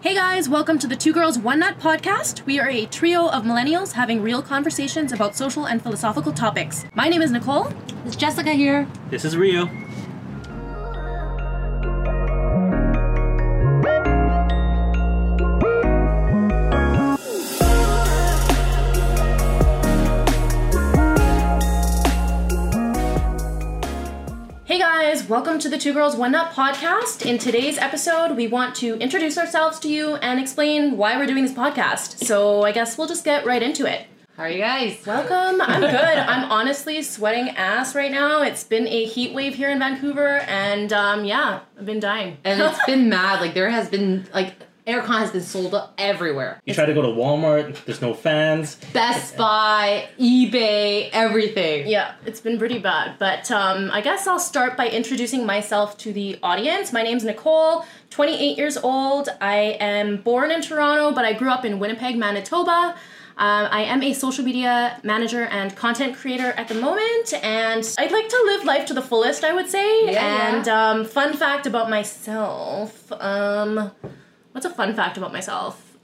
Hey guys, welcome to the Two Girls One Nut podcast. We are a trio of millennials having real conversations about social and philosophical topics. My name is Nicole. It's Jessica here. This is Rio. Hey guys, welcome to the Two Girls One Nut podcast. In today's episode, we want to introduce ourselves to you and explain why we're doing this podcast. So I guess we'll just get right into it. How are you guys? Welcome. I'm good. I'm honestly sweating ass right now. It's been a heat wave here in Vancouver, and um, yeah, I've been dying. And it's been mad. Like there has been like aircon has been sold everywhere. You try to go to Walmart, there's no fans. Best Buy, eBay, everything. Yeah, it's been pretty bad. But um, I guess I'll start by introducing myself to the audience. My name's Nicole, 28 years old. I am born in Toronto, but I grew up in Winnipeg, Manitoba. Um, I am a social media manager and content creator at the moment, and I'd like to live life to the fullest, I would say. Yeah. and um, fun fact about myself um, what's a fun fact about myself?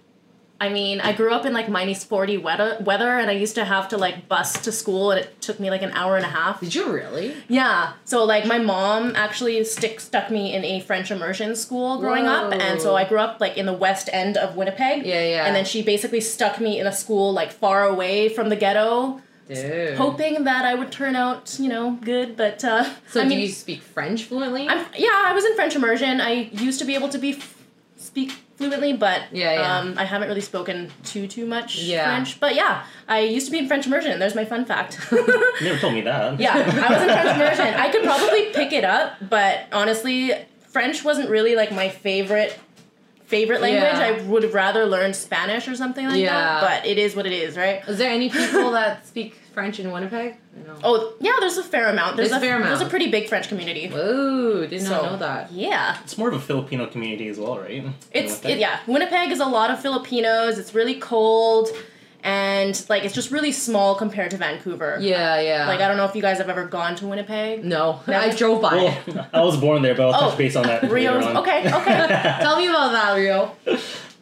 I mean, I grew up in like minus 40 weather, weather, and I used to have to like bus to school, and it took me like an hour and a half. Did you really? Yeah. So like my mom actually stick stuck me in a French immersion school growing up, and so Whoa. I grew up like in the west end of Winnipeg. Yeah, yeah. And then she basically stuck me in a school like far away from the ghetto, Dude. hoping that I would turn out, you know, good. But uh, So I do mean, you speak French fluently? I'm, yeah, I was in French immersion. I used to be able to be f- speak fluently, but Yeah, yeah. Um, I haven't really spoken too too much Yeah. French. But yeah, I used to be in French immersion. There's my fun fact. You never told me that. yeah, I was in French immersion. I could probably pick it up, but honestly, French wasn't really like my favorite favorite language. Yeah. I would have rather learned Spanish or something like Yeah. that. But it is what it is, right? Is there any people that speak French in Winnipeg? No. Oh yeah, there's a fair amount. There's, There's a fair amount. There's a pretty big French community. Whoa, did not So, know that. Yeah. It's more of a Filipino community as well, right? It's Winnipeg? it, yeah. Winnipeg is a lot of Filipinos. It's really cold, and like it's just really small compared to Vancouver. Yeah, yeah. Like I don't know if you guys have ever gone to Winnipeg. no, No. I drove by. it. Well, I was born there, but I'll Oh, touch base on that Rio's later on. okay, okay. Tell me about that, Rio.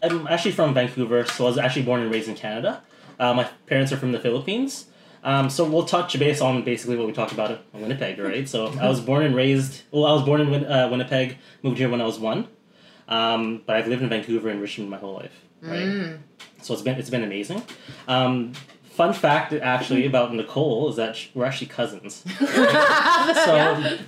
I'm actually from Vancouver, so I was actually born and raised in Canada. Uh, my parents are from the Philippines. Um, so we'll touch base on basically what we talked about in Winnipeg, right? So I was born and raised. Well, I was born in Win- uh, Winnipeg, moved here when I was one, um, but I've lived in Vancouver and Richmond my whole life, right? So it's been it's been amazing. Um, fun fact actually about Nicole is that sh- we're actually cousins. So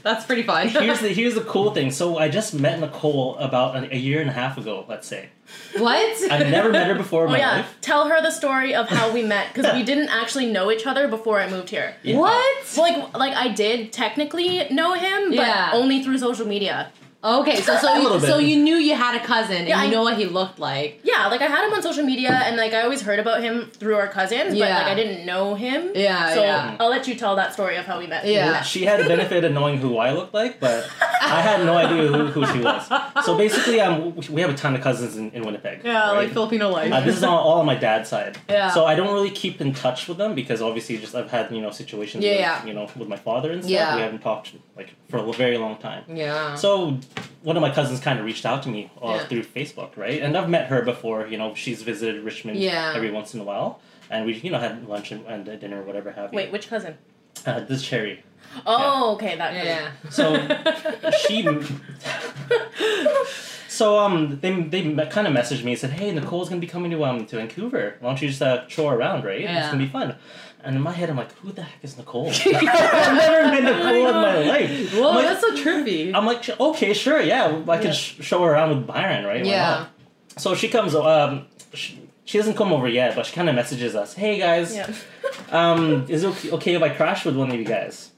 That's pretty fun. here's the here's the cool thing. So I just met Nicole about an, a year and a half ago, let's say. what? I've never met her before in Oh my yeah, life. tell her the story of how we met because we didn't actually know each other before I moved here. Yeah. What? Well, like like I did technically know him, but Yeah. only through social media. Okay, so A so you, little bit. so you knew you had a cousin and Yeah, you I- know what he looked like. Yeah, like I had him on social media, and like I always heard about him through our cousins, Yeah. but like I didn't know him. Yeah, So yeah. I'll let you tell that story of how we met. Yeah. She had the benefit of knowing who I looked like, but I had no idea who, who she was. So basically, um, we have a ton of cousins in, in Winnipeg. right? Filipino life. Uh, this is all, all on my dad's side. Yeah. So I don't really keep in touch with them because obviously, just I've had you know situations. Yeah, with, yeah. You know, with my father and stuff. Yeah. We haven't talked like for a very long time. yeah. So one of my cousins kind of reached out to me uh, Yeah. through Facebook, right? And I've met her before. You know, she's visited Richmond Yeah. every once in a while, and we you know had lunch and, and dinner or whatever have you. Wait, which cousin? Uh, this cherry. Oh, okay, that cousin. yeah. So she. so um, they they kind of messaged me and said, "Hey, Nicole's gonna be coming to um to Vancouver. Why don't you just uh, chore around, right? It's Yeah. gonna be fun." And in my head, I'm like, "Who the heck is Nicole? I've never met Nicole in my life." Whoa, I'm like, that's so trippy. I'm like, okay, sure, yeah, I can Yeah. Sh- show her around with Byron, right? Why yeah. not? So she comes. Um, she, she doesn't come over yet, but she kind of messages us, "Hey guys, Yeah. um, is it okay- okay if I crash with one of you guys?"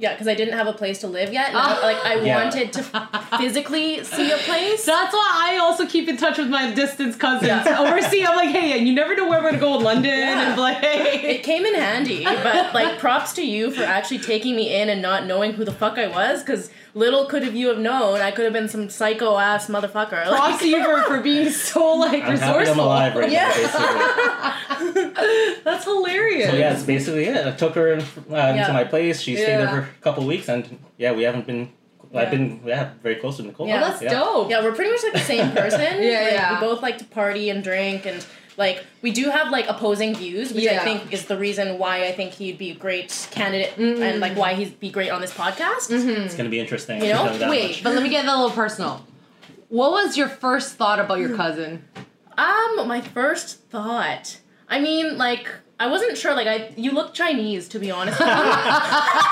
Yeah, because I didn't have a place to live yet. and I- Ah. like I Yeah. wanted to physically see a place. That's why I also keep in touch with my distance cousins Yeah. overseas. I'm like, hey, you never know where we're gonna go in London Yeah. and like. It came in handy, but like props to you for actually taking me in and not knowing who the fuck I was. Because little could have you have known, I could have been some psycho ass motherfucker. Like, Props to you for, for being so like I'm resourceful. happy I'm alive right Yeah. now, basically. That's hilarious. So yeah, that's basically it. I took her uh, Yeah. to my place. She stayed Yeah. there for a couple weeks, and yeah, we haven't been I've been yeah very close to Nicole. Yeah. Oh, that's yeah. dope. Yeah, we're pretty much like the same person. Yeah, Like, yeah. We both like to party and drink and like we do have like opposing views, which I Yeah. think is the reason why I think he'd be a great candidate Mm. and like why he'd be great on this podcast. Mm-hmm. It's gonna be interesting. You know? I'll tell that Wait, much. but let me get that a little personal. What was your first thought about your cousin? Um, my first thought. I mean, like I wasn't sure. Like I, you look Chinese to be honest. with you.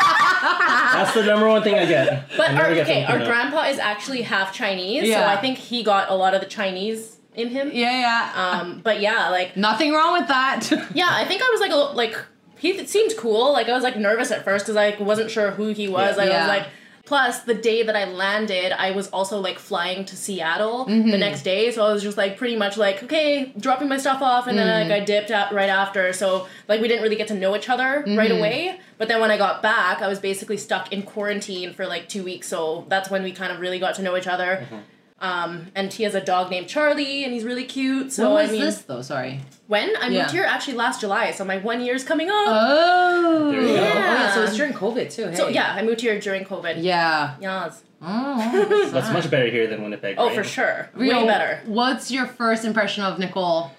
that's the number one thing I get. But I our, never get okay, our Filipino. grandpa is actually half Chinese, Yeah. so I think he got a lot of the Chinese in him. Yeah, yeah. Um, but yeah, like Nothing wrong with that. yeah, I think I was like a, like he th- seemed cool. Like I was like nervous at first because I like, wasn't sure who he was. Yeah. Like, I Yeah. was like. Plus, the day that I landed, I was also like flying to Seattle Mm-hmm. the next day, so I was just like pretty much like okay, dropping my stuff off, and then Mm-hmm. like I dipped out right after. So like we didn't really get to know each other right Mm-hmm. away. But then when I got back, I was basically stuck in quarantine for like two weeks. So that's when we kind of really got to know each other. Mm-hmm. Um, and he has a dog named Charlie, and he's really cute. So when was I mean, this though? Sorry. when I Yeah. moved here, actually last July, so my one year's coming up. Oh. There you go. Oh, Yeah. so it's during COVID too. Hey. so yeah, I moved here during COVID. Yeah. Yes. Oh, That's much better here than Winnipeg. Oh, right? for sure. Real- Way better. What's your first impression of Nicole?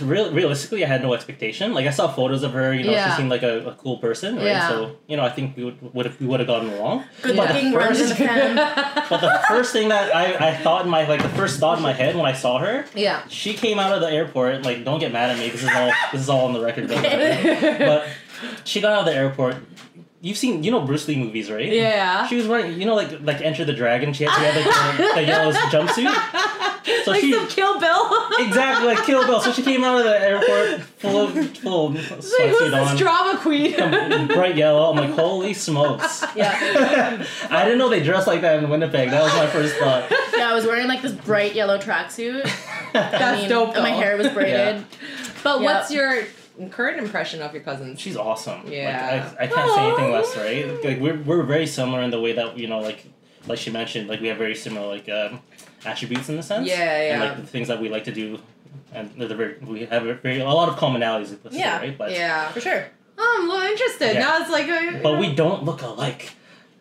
Real, realistically, I had no expectation. Like I saw photos of her. You know, Yeah. she seemed like a, a cool person, right? Yeah. So you know, I think we would would have, we would have gotten along. Good But the looking, runs in the fan. first- But the first thing that I, I thought in my like the first thought in my head when I saw her, yeah. she came out of the airport. Like, don't get mad at me. This is all this is all on the record. don't get mad at me. But she got out of the airport. You've seen you know Bruce Lee movies, right? Yeah. She was wearing you know like like Enter the Dragon. She had, she had like the, the yellow jumpsuit. So like she some Kill Bill. exactly like Kill Bill. So she came out of the airport full of full of like, who's this sweatsuit drama queen? on. Bright yellow. I'm like, holy smokes! yeah. I didn't know they dressed like that in Winnipeg. That was my first thought. Yeah, I was wearing like this bright yellow tracksuit. I That's mean, dope. and my though. hair was braided. But Yeah. what's your current impression of your cousins? She's awesome. Yeah. Like, I, I can't say anything Aw. less, right? Like we're we're very similar in the way that you know, like like she mentioned, like we have very similar like um, attributes in the sense. Yeah, And yeah. like the things that we like to do, and they're very, we have a, very, a lot of commonalities with this, Yeah, right? But yeah. For sure. Oh, I'm a little interested. Yeah. Now it's like. uh, but we don't look alike.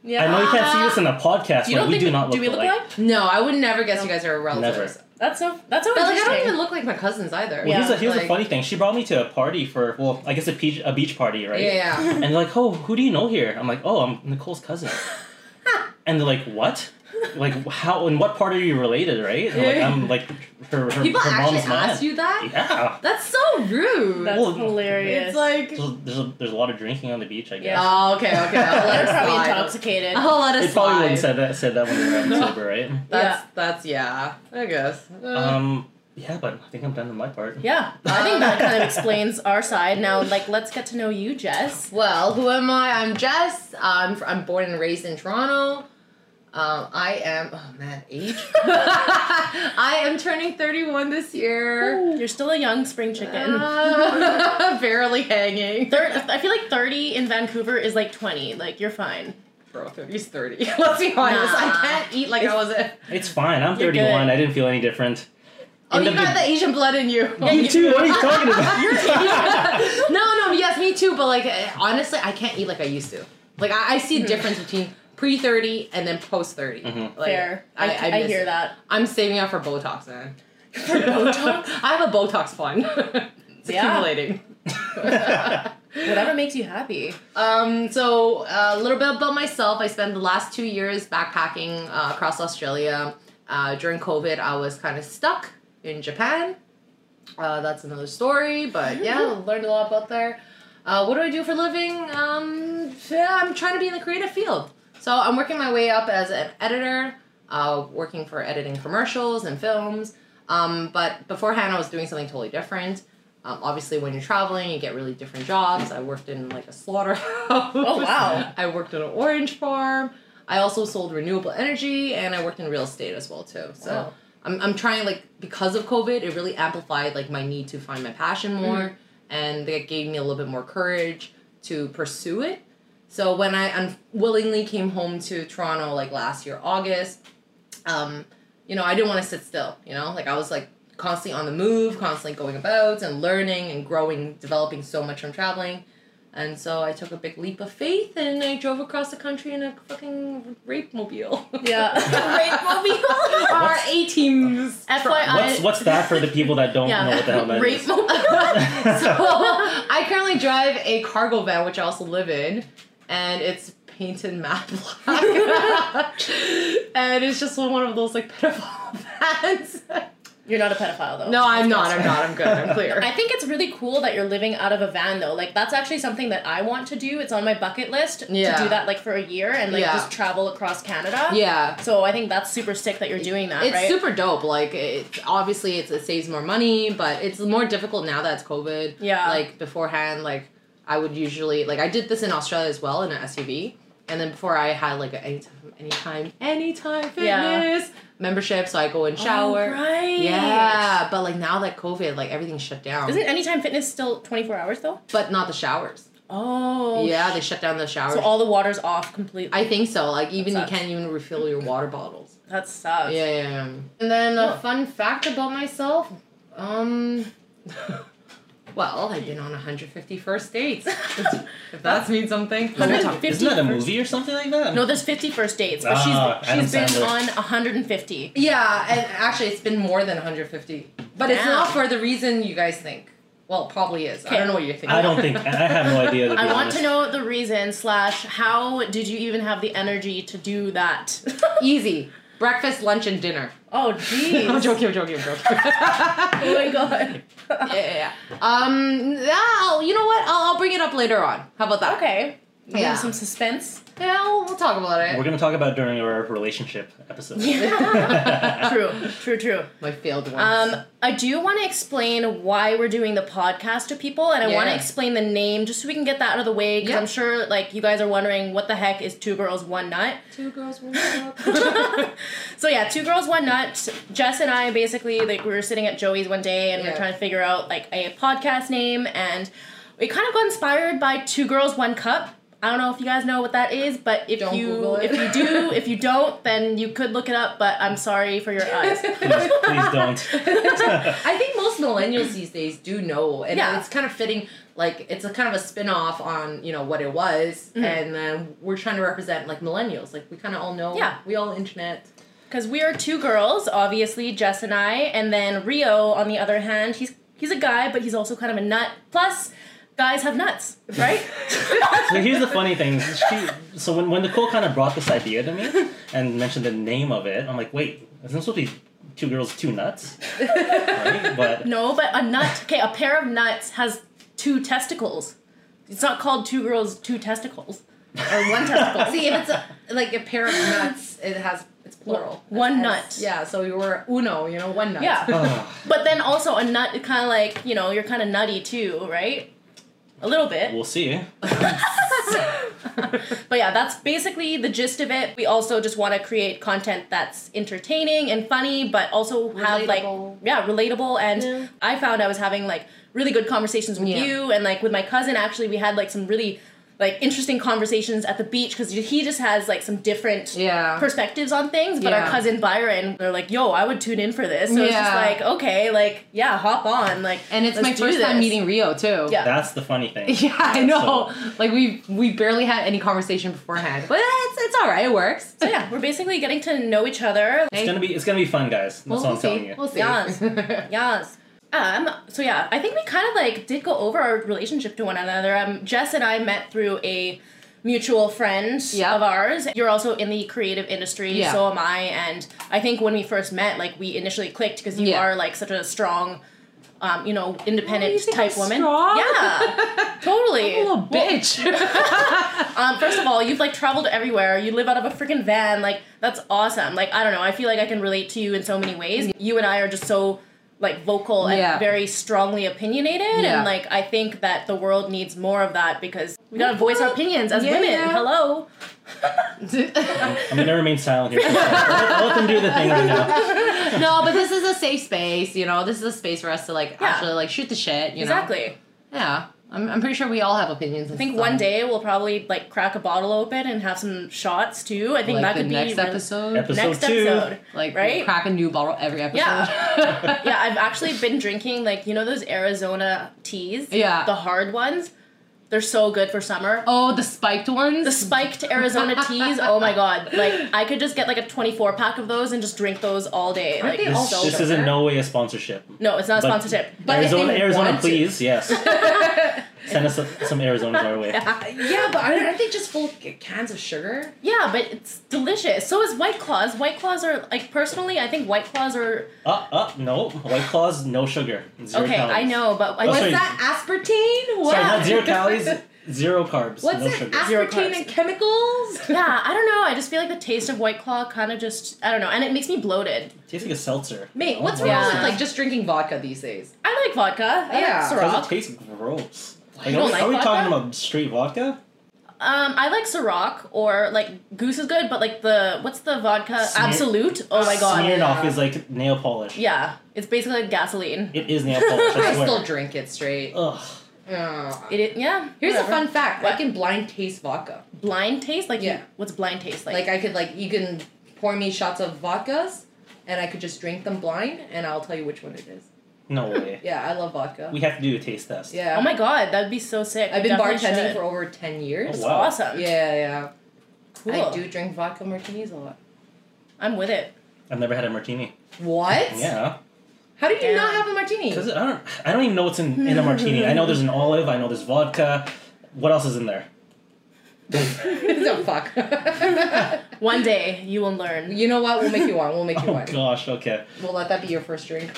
Yeah. I know you can't see this in a podcast, You but don't we think do we, not look do we look alike. alike? No, I would never guess you guys are relatives. Never. That's so that's so But like, I interesting. don't even look like my cousins either. Well, here's, Yeah, a, here's a like- funny thing. She brought me to a party for, well, I guess a beach, a beach party, right? Yeah. yeah. And they're like, oh, who do you know here? I'm like, oh, I'm Nicole's cousin. and they're like, what? Like, how, in what part are you related, right? And I'm like, I'm like, her, her, People her actually mom's mom. ask you that. Yeah. That's so rude. that's Well, hilarious. it's like. There's, there's, a, there's a lot of drinking on the beach, I guess. Yeah. Oh, okay, okay. I'll let they're it probably slide. intoxicated. I'll let it They slide. probably wouldn't said that, said that when they were out and sober, right? That's Yeah. that's yeah. I guess. Uh, Um, yeah, but I think I'm done with my part. Yeah. I think that kind of explains our side. Now like let's get to know you, Jess. well, who am I? I'm Jess. I'm fr- I'm born and raised in Toronto. Um, I am oh man, age. I am turning 31 this year. You're still a young spring chicken. Uh, barely hanging. Thir- I feel like 30 in Vancouver is like 20. Like, you're fine. Bro, 30's 30. Let's be honest. Nah. I can't eat like I was a. It's fine. I'm You're good. 31. I didn't feel any different. Oh, And you the- got the Asian blood in you. You too. What are you talking about? no, no, yes, me too. But like, eh, honestly, I can't eat like I used to. Like, I, I see a difference between pre thirty and then post 30 Like, Fair. I, I, miss hear it. that. I'm saving up for Botox, man. Botox? I have a Botox fund. it's Yeah. accumulating. Whatever makes you happy. Um, so uh, a little bit about myself. I spent the last two years backpacking uh, across Australia. Uh, during COVID, I was kind of stuck in Japan. Uh, that's another story, but yeah, learned a lot about there. Uh, what do I do for a living? Um, yeah, I'm trying to be in the creative field. So I'm working my way up as an editor, uh, working for editing commercials and films. Um, but beforehand, I was doing something totally different. Um, obviously, when you're traveling, you get really different jobs. I worked in like a slaughterhouse. Oh wow. I worked in an orange farm. I also sold renewable energy, and I worked in real estate as well too. So Wow. I'm I'm trying like because of COVID, it really amplified like my need to find my passion more, and that gave me a little bit more courage to pursue it. So when I unwillingly came home to Toronto like last year August, um, you know, I didn't want to sit still, you know? Like I was like constantly on the move, constantly going about and learning and growing, developing so much from traveling. And so I took a big leap of faith and I drove across the country in a fucking rape mobile. Yeah. rape mobile. Our A teams. FYI. What's what's that for the people that don't know what the hell Yeah. that Rape is? mobile. I currently drive a cargo van, which I also live in, and it's painted matte black. and it's just one of those like pedophile vans. You're not a pedophile though. No, I'm not. I'm not. I'm good. I'm clear. I think it's really cool that you're living out of a van though. Like that's actually something that I want to do. It's on my bucket list Yeah. to do that like for a year and like Yeah. just travel across Canada. yeah. So I think that's super sick that you're doing that, It's right? super dope. Like, it, obviously, it's, it saves more money, but it's more difficult now that it's COVID. Yeah. Like, beforehand, like, I would usually, like, I did this in Australia as well in an SUV. And then before I had, like, a anytime, anytime, anytime fitness Yeah. membership, so I go and Oh, shower. right. Yeah, but like now that COVID, like everything's shut down. Isn't Anytime Fitness still 24 hours though? but not the showers. Oh. Yeah, they shut down the showers. So all the water's off completely. I think so. Like even you sucks. can't even refill your water bottles. that sucks. Yeah, yeah, yeah. And then Huh. a fun fact about myself. Um well, I've been on 150 first dates. if that's means something. Isn't that a 51st. movie or something like that? No, there's 50 first dates, but Ah, she's she's Adam been Sandler. on 150. Yeah, and actually it's been more than 150. But it's Damn. not for the reason you guys think. Well, it probably is. I Okay. don't know what you're thinking. I don't think I have no idea. To be I want honest. to know the reason slash how did you even have the energy to do that? Easy. Breakfast, lunch, and dinner. oh jeez. I'm joking, I'm joking, I'm joking. Oh my god. yeah, yeah, yeah. Um, yeah, I'll- you know what? I'll, I'll bring it up later on. How about that? Okay. Yeah. Some suspense. Yeah, we'll, we'll talk about it. We're gonna talk about it during our relationship episode. true. True. True. My failed ones. Um, I do want to explain why we're doing the podcast to people, and I want to Yeah. explain the name just so we can get that out of the way because Yeah. I'm sure like you guys are wondering what the heck is two girls one nut. Two girls, one cup. So yeah, two girls, one nut. Jess and I basically like we were sitting at Joey's one day and we were Yeah. trying to figure out like a podcast name, and we kind of got inspired by two girls, one cup. I don't know if you guys know what that is, but if Don't you Google it. if you do, if you don't, then you could look it up. But I'm sorry for your eyes. please, please don't. I think most millennials these days do know, and Yeah. it's kind of fitting. Like it's a kind of a spin off on you know what it was, and then we're trying to represent like millennials. Like we kind of all know. Yeah. we all internet. Because we are two girls, obviously, Jess and I, and then Rio, on the other hand, he's he's a guy, but he's also kind of a nut. Plus, guys have nuts, right? So here's the funny thing. She, so when, when Nicole kind of brought this idea to me and mentioned the name of it, I'm like, wait, isn't it supposed to be two girls, two nuts? Right? But no, but a nut, okay, a pair of nuts has two testicles. It's not called two girls, two testicles. Or one testicle. See, if it's a, like a pair of nuts, it has it's plural. One nut. It's- Yeah, so you were uno. You know, one nut. Yeah. Ugh. But then also a nut, kind of like, you know, you're kind of nutty too, right? A little bit. we'll see. But yeah, that's basically the gist of it. We also just want to create content that's entertaining and funny, but also have like Relatable. yeah, relatable. And Yeah. I found I was having like really good conversations with Yeah. you and like with my cousin. Actually, we had like some really like interesting conversations at the beach because he just has like some different Yeah. perspectives on things. But our Yeah. cousin Byron, they're like, "Yo, I would tune in for this." So it's just Yeah. like, okay, like yeah, hop on, like. and it's let's my do first time this. meeting Rio too. Yeah. That's the funny thing. Yeah, I know. like we we barely had any conversation beforehand, but it's it's all right. It works. So yeah, we're basically getting to know each other. It's gonna be it's gonna be fun, guys. That's We'll, all I'm we'll telling see. you. We'll see. Yes. Yes. Um, so yeah, I think we kind of like did go over our relationship to one another. Um, Jess and I met through a mutual friend Yeah. of ours. You're also in the creative industry, Yeah. so am I. And I think when we first met, like we initially clicked because you Yeah. are like such a strong, um, you know, Oh, you independent think type I'm woman. strong? Yeah, totally. Little bitch. Um, first of all, you've like traveled everywhere. You live out of a freaking van. Like that's awesome. Like I don't know. I feel like I can relate to you in so many ways. You and I are just so like vocal and Yeah. very strongly opinionated Yeah. and like I think that the world needs more of that because we got to voice our opinions as Yeah. women. Hello. I'm gonna remain silent here. For a second. I'll, let- I'll let them do the thing right now. no, but this is a safe space. You know, this is a space for us to like actually like shoot the shit. You Exactly. know. Yeah. I'm, I'm pretty sure we all have opinions. I think one day we'll probably like crack a bottle open and have some shots too. I think like that the could be next really- episode, Episode next two. episode. like we'll right? crack a new bottle every episode. Yeah. yeah, I've actually been drinking like you know those Arizona teas, Yeah. the hard ones. They're so good for summer. Oh, the spiked ones. The spiked Arizona teas, oh my god. Like I could just get like a 24 pack of those and just drink those all day. Like Aren't they it's all This, so this good. is in no way a sponsorship. No, it's not a But- sponsorship. But if Arizona, they Arizona, want to- please, yes. Send us a, some Arizonas our way. yeah, but aren't aren't they just full of cans of sugar? Yeah, but it's delicious. So is White Claws. White Claws are like personally, I think White Claws are Uh, uh, no. White claws, no sugar. Zero okay. calories. I know, but I Oh, was sorry. What's that aspartame? What? Sorry, not zero calories, zero carbs, What's no it? sugar. Zero Aspartame carbs. and chemicals. yeah. I don't know. I just feel like the taste of White Claw kind of just I don't know, and it makes me bloated. Tastes like a seltzer. Mate, what's Oh, wrong Yeah. with like just drinking vodka these days? I like vodka. I Yeah. like Does Ciroc. it taste gross? Like, You are don't we, like are we vodka? talking about straight vodka? Um, I like Ciroc or like Goose is good, but like the what's the vodka Smear- Absolute? Oh my god. Smirnoff yeah. is like nail polish. Yeah, it's basically like gasoline. It is nail polish. I I swear. still drink it straight. Ugh. Ugh. It, it yeah. Here's whatever. a fun fact: I What? can blind taste vodka. blind taste. Like you- Yeah. what's blind taste like? Like I could like you can pour me shots of vodkas, and I could just drink them blind, and I'll tell you which one it is. No way. Yeah, I love vodka. We have to do a taste test. yeah. oh my god, that'd be so sick. uh, I've been Definitely bartending should. for over ten years. That's Wow. awesome. Yeah, yeah. Cool. I do drink vodka martinis a lot. I'm with it. I've never had a martini. What? Yeah. How do you Damn. not have a martini? Because I don't, I don't even know what's in, in a martini. I know there's an olive. I know there's vodka. What else is in there? no fuck. One day you will learn. you know what? We'll make you one. We'll make you Oh one. gosh. Okay. We'll let that be your first drink.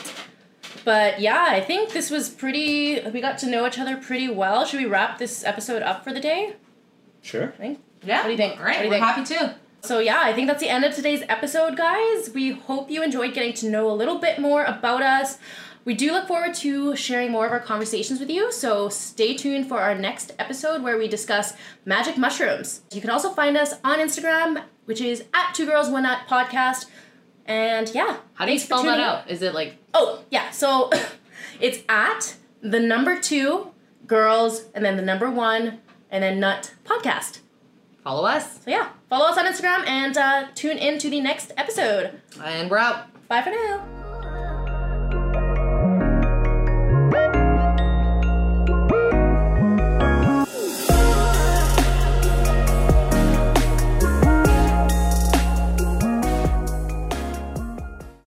But yeah, I think this was pretty. We got to know each other pretty well. Should we wrap this episode up for the day? Sure. Yeah. What do you think? All right. What do you we're think? happy too. So, yeah, I think that's the end of today's episode, guys. We hope you enjoyed getting to know a little bit more about us. We do look forward to sharing more of our conversations with you, so stay tuned for our next episode where we discuss magic mushrooms. You can also find us on Instagram, which is at Two Girls One Nut Podcast. And yeah. How do you thanks for spell that tuning in. out? Is it like Oh, yeah. So it's at the number two girls and then the number one and then nut podcast. follow us So yeah, follow us on Instagram and uh, tune in to the next episode. and we're out? Bye for now.